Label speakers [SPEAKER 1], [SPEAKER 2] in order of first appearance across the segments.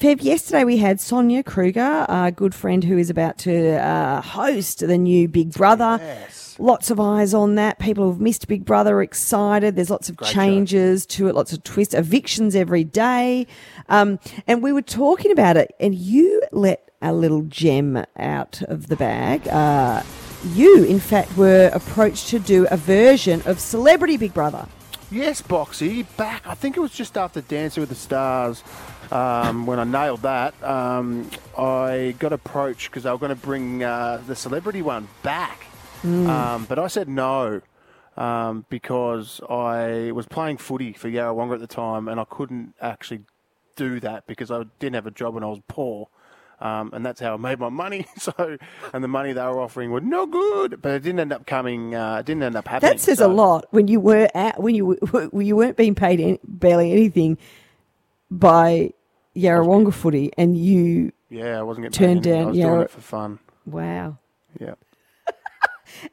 [SPEAKER 1] Feb, yesterday we had Sonia Kruger, our good friend who is about to uh, host the new Big Brother. Lots of eyes on that. People who've missed Big Brother are excited. There's lots of changes to it, lots of twists, evictions every day. Um, and we were talking about it, and you let a little gem out of the bag. Uh, you, in fact, were approached to do a version of Celebrity Big Brother.
[SPEAKER 2] Yes, Boxy, back. I think it was just after Dancing with the Stars um, when I nailed that. Um, I got approached because they were going to bring uh, the celebrity one back,
[SPEAKER 1] Hmm.
[SPEAKER 2] um, but I said no um, because I was playing footy for Yarrawonga at the time, and I couldn't actually do that because I didn't have a job and I was poor. Um, and that's how I made my money. So, and the money they were offering were no good, but it didn't end up coming. Uh, it didn't end up happening.
[SPEAKER 1] That says a
[SPEAKER 2] so-
[SPEAKER 1] lot when you were at, when you were- when you weren't being paid any, barely anything by Yarrawonga footy, and you
[SPEAKER 2] Yeah, I wasn't getting
[SPEAKER 1] Turned
[SPEAKER 2] turned down. I
[SPEAKER 1] down,
[SPEAKER 2] was
[SPEAKER 1] yeah.
[SPEAKER 2] doing it for fun.
[SPEAKER 1] wow,
[SPEAKER 2] Yeah,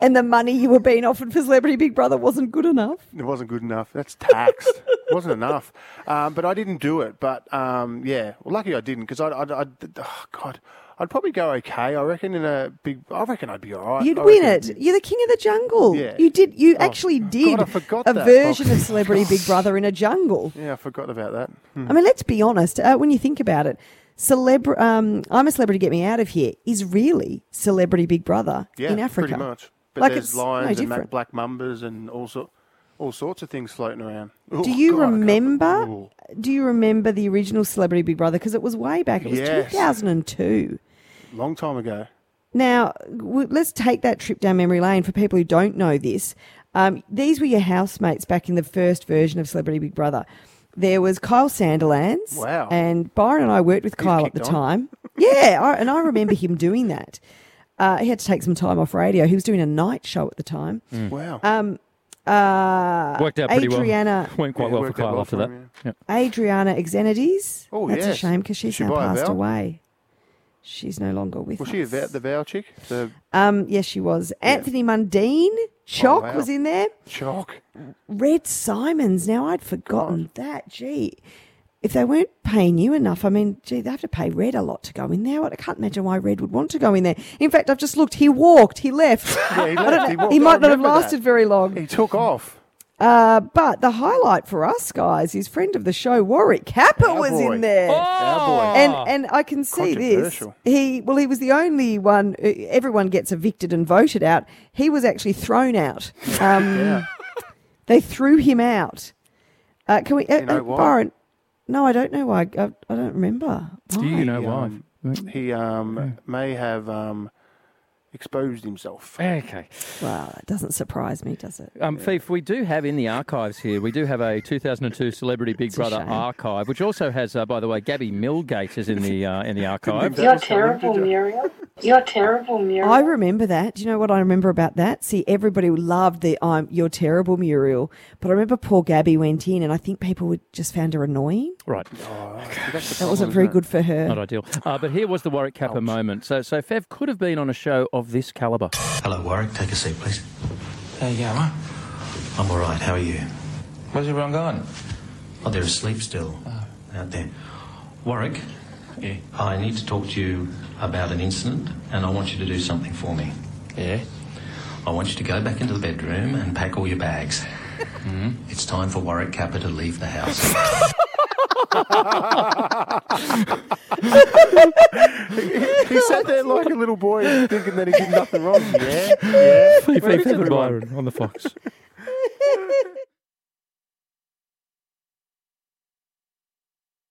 [SPEAKER 1] and the money you were being offered for Celebrity Big Brother wasn't good enough.
[SPEAKER 2] it wasn't good enough. That's taxed. it wasn't enough. Um, but I didn't do it. But um, yeah, well, lucky I didn't because I, I, I, oh, God, I'd probably go okay. I reckon in a big. I reckon I'd be all right.
[SPEAKER 1] You'd
[SPEAKER 2] I
[SPEAKER 1] win
[SPEAKER 2] reckon-
[SPEAKER 1] it. You're the king of the jungle.
[SPEAKER 2] Yeah.
[SPEAKER 1] You did. You
[SPEAKER 2] Oh,
[SPEAKER 1] actually
[SPEAKER 2] God,
[SPEAKER 1] did
[SPEAKER 2] I forgot
[SPEAKER 1] a
[SPEAKER 2] that.
[SPEAKER 1] version
[SPEAKER 2] Oh,
[SPEAKER 1] of Celebrity Big Brother in a jungle.
[SPEAKER 2] Yeah, I forgot about that. Hmm.
[SPEAKER 1] I mean, let's be honest. Uh, when you think about it, celebr- um, I'm a celebrity. Get me out of here is really Celebrity Big Brother
[SPEAKER 2] Yeah,
[SPEAKER 1] in Africa.
[SPEAKER 2] pretty much. But
[SPEAKER 1] Like, it's
[SPEAKER 2] there's
[SPEAKER 1] no
[SPEAKER 2] lions and
[SPEAKER 1] different.
[SPEAKER 2] and black mambas and all sort, all sorts of things floating around. Oh,
[SPEAKER 1] Do you
[SPEAKER 2] God, I can't-
[SPEAKER 1] remember?
[SPEAKER 2] Ooh.
[SPEAKER 1] Do you remember the original Celebrity Big Brother? Because it was way back. It was
[SPEAKER 2] Yes.
[SPEAKER 1] 2002.
[SPEAKER 2] Long time ago.
[SPEAKER 1] Now w- let's take that trip down memory lane for people who don't know this. Um, these were your housemates back in the first version of Celebrity Big Brother. There was Kyle Sanderlands.
[SPEAKER 2] Wow.
[SPEAKER 1] And Byron and I worked with Kyle at
[SPEAKER 2] kicked
[SPEAKER 1] the
[SPEAKER 2] on.
[SPEAKER 1] time. Yeah, I, and I remember him doing that. Uh, he had to take some time off radio. He was doing a night show at the time.
[SPEAKER 3] Mm.
[SPEAKER 1] Um,
[SPEAKER 2] Wow.
[SPEAKER 1] Uh,
[SPEAKER 3] Worked out pretty
[SPEAKER 1] Adriana,
[SPEAKER 3] well. Went quite
[SPEAKER 2] Yeah,
[SPEAKER 3] well for
[SPEAKER 2] worked out
[SPEAKER 3] Kyle
[SPEAKER 2] well
[SPEAKER 3] after
[SPEAKER 2] for
[SPEAKER 3] that.
[SPEAKER 2] him,
[SPEAKER 3] Yeah.
[SPEAKER 1] Adriana Exenides.
[SPEAKER 2] Oh,
[SPEAKER 1] That's a
[SPEAKER 2] yes.
[SPEAKER 1] shame because she's
[SPEAKER 2] She
[SPEAKER 1] now
[SPEAKER 2] by a
[SPEAKER 1] passed
[SPEAKER 2] vow?
[SPEAKER 1] away. She's no longer with
[SPEAKER 2] was
[SPEAKER 1] us.
[SPEAKER 2] she a vow, the vow chick? The
[SPEAKER 1] Um, yes, she was. Anthony Mundine, Chalk
[SPEAKER 2] Oh, wow.
[SPEAKER 1] was in there.
[SPEAKER 2] chalk.
[SPEAKER 1] Red Simons. Now I'd forgotten that. Gee, if they weren't paying you enough, I mean, gee, they have to pay Red a lot to go in there. I can't imagine why Red would want to go in there. In fact, I've just looked. He walked. He left.
[SPEAKER 2] Yeah, he
[SPEAKER 1] I
[SPEAKER 2] left,
[SPEAKER 1] don't
[SPEAKER 2] he
[SPEAKER 1] know.
[SPEAKER 2] walked.
[SPEAKER 1] he
[SPEAKER 2] I
[SPEAKER 1] might not have
[SPEAKER 2] remember that.
[SPEAKER 1] lasted very long.
[SPEAKER 2] He took off.
[SPEAKER 1] Uh, but the highlight for us guys is friend of the show Warwick Capper
[SPEAKER 2] Our
[SPEAKER 1] was
[SPEAKER 2] boy.
[SPEAKER 1] in there.
[SPEAKER 3] Oh!
[SPEAKER 2] Oh, Our boy.
[SPEAKER 1] And
[SPEAKER 3] Ah,
[SPEAKER 1] and I can see this.
[SPEAKER 2] Controversial.
[SPEAKER 1] He well, he was the only one. uh, Everyone gets evicted and voted out. He was actually thrown out. Um,
[SPEAKER 2] Yeah.
[SPEAKER 1] They threw him out. Uh, can we, uh,
[SPEAKER 2] You know
[SPEAKER 1] uh,
[SPEAKER 2] why?
[SPEAKER 1] Byron? No, I don't know why. I, I don't remember.
[SPEAKER 3] Do
[SPEAKER 1] Why?
[SPEAKER 3] you know why?
[SPEAKER 2] um, He um, may have um, exposed himself.
[SPEAKER 3] Okay.
[SPEAKER 1] Well, that doesn't surprise me, does it?
[SPEAKER 3] Um, Thief, we do have in the archives here, we do have a 2002 Celebrity Big
[SPEAKER 1] a
[SPEAKER 3] Brother
[SPEAKER 1] shame.
[SPEAKER 3] archive, which also has, uh, by the way, Gabby Millgate is in the uh, in the archive.
[SPEAKER 4] You're terrible, Muriel. You're terrible, Muriel.
[SPEAKER 1] I remember that. Do you know what I remember about that? See, everybody loved the "I'm you're terrible, Muriel," but I remember poor Gabby went in, and I think people would just found her annoying.
[SPEAKER 3] Right.
[SPEAKER 1] That wasn't very good for her.
[SPEAKER 3] Not ideal. Uh, but here was the Warwick Kappa moment. So, so Fev could have been on a show of this calibre.
[SPEAKER 5] Hello, Warwick. Take a seat, please.
[SPEAKER 6] There you go, huh?
[SPEAKER 5] I'm all right. How are you?
[SPEAKER 6] Where's everyone gone?
[SPEAKER 5] Oh, they're asleep still out there. Warwick,
[SPEAKER 6] Yeah.
[SPEAKER 5] I need to talk to you about an incident, and I want you to do something for me.
[SPEAKER 6] Yeah.
[SPEAKER 5] I want you to go back into the bedroom and pack all your bags.
[SPEAKER 6] Mm-hmm.
[SPEAKER 5] It's time for Warwick Kappa to leave the house.
[SPEAKER 2] He sat there like a little boy thinking that he did nothing wrong. Yeah. Yeah. Where is
[SPEAKER 3] Fev and
[SPEAKER 2] everyone?
[SPEAKER 3] Byron on the Fox.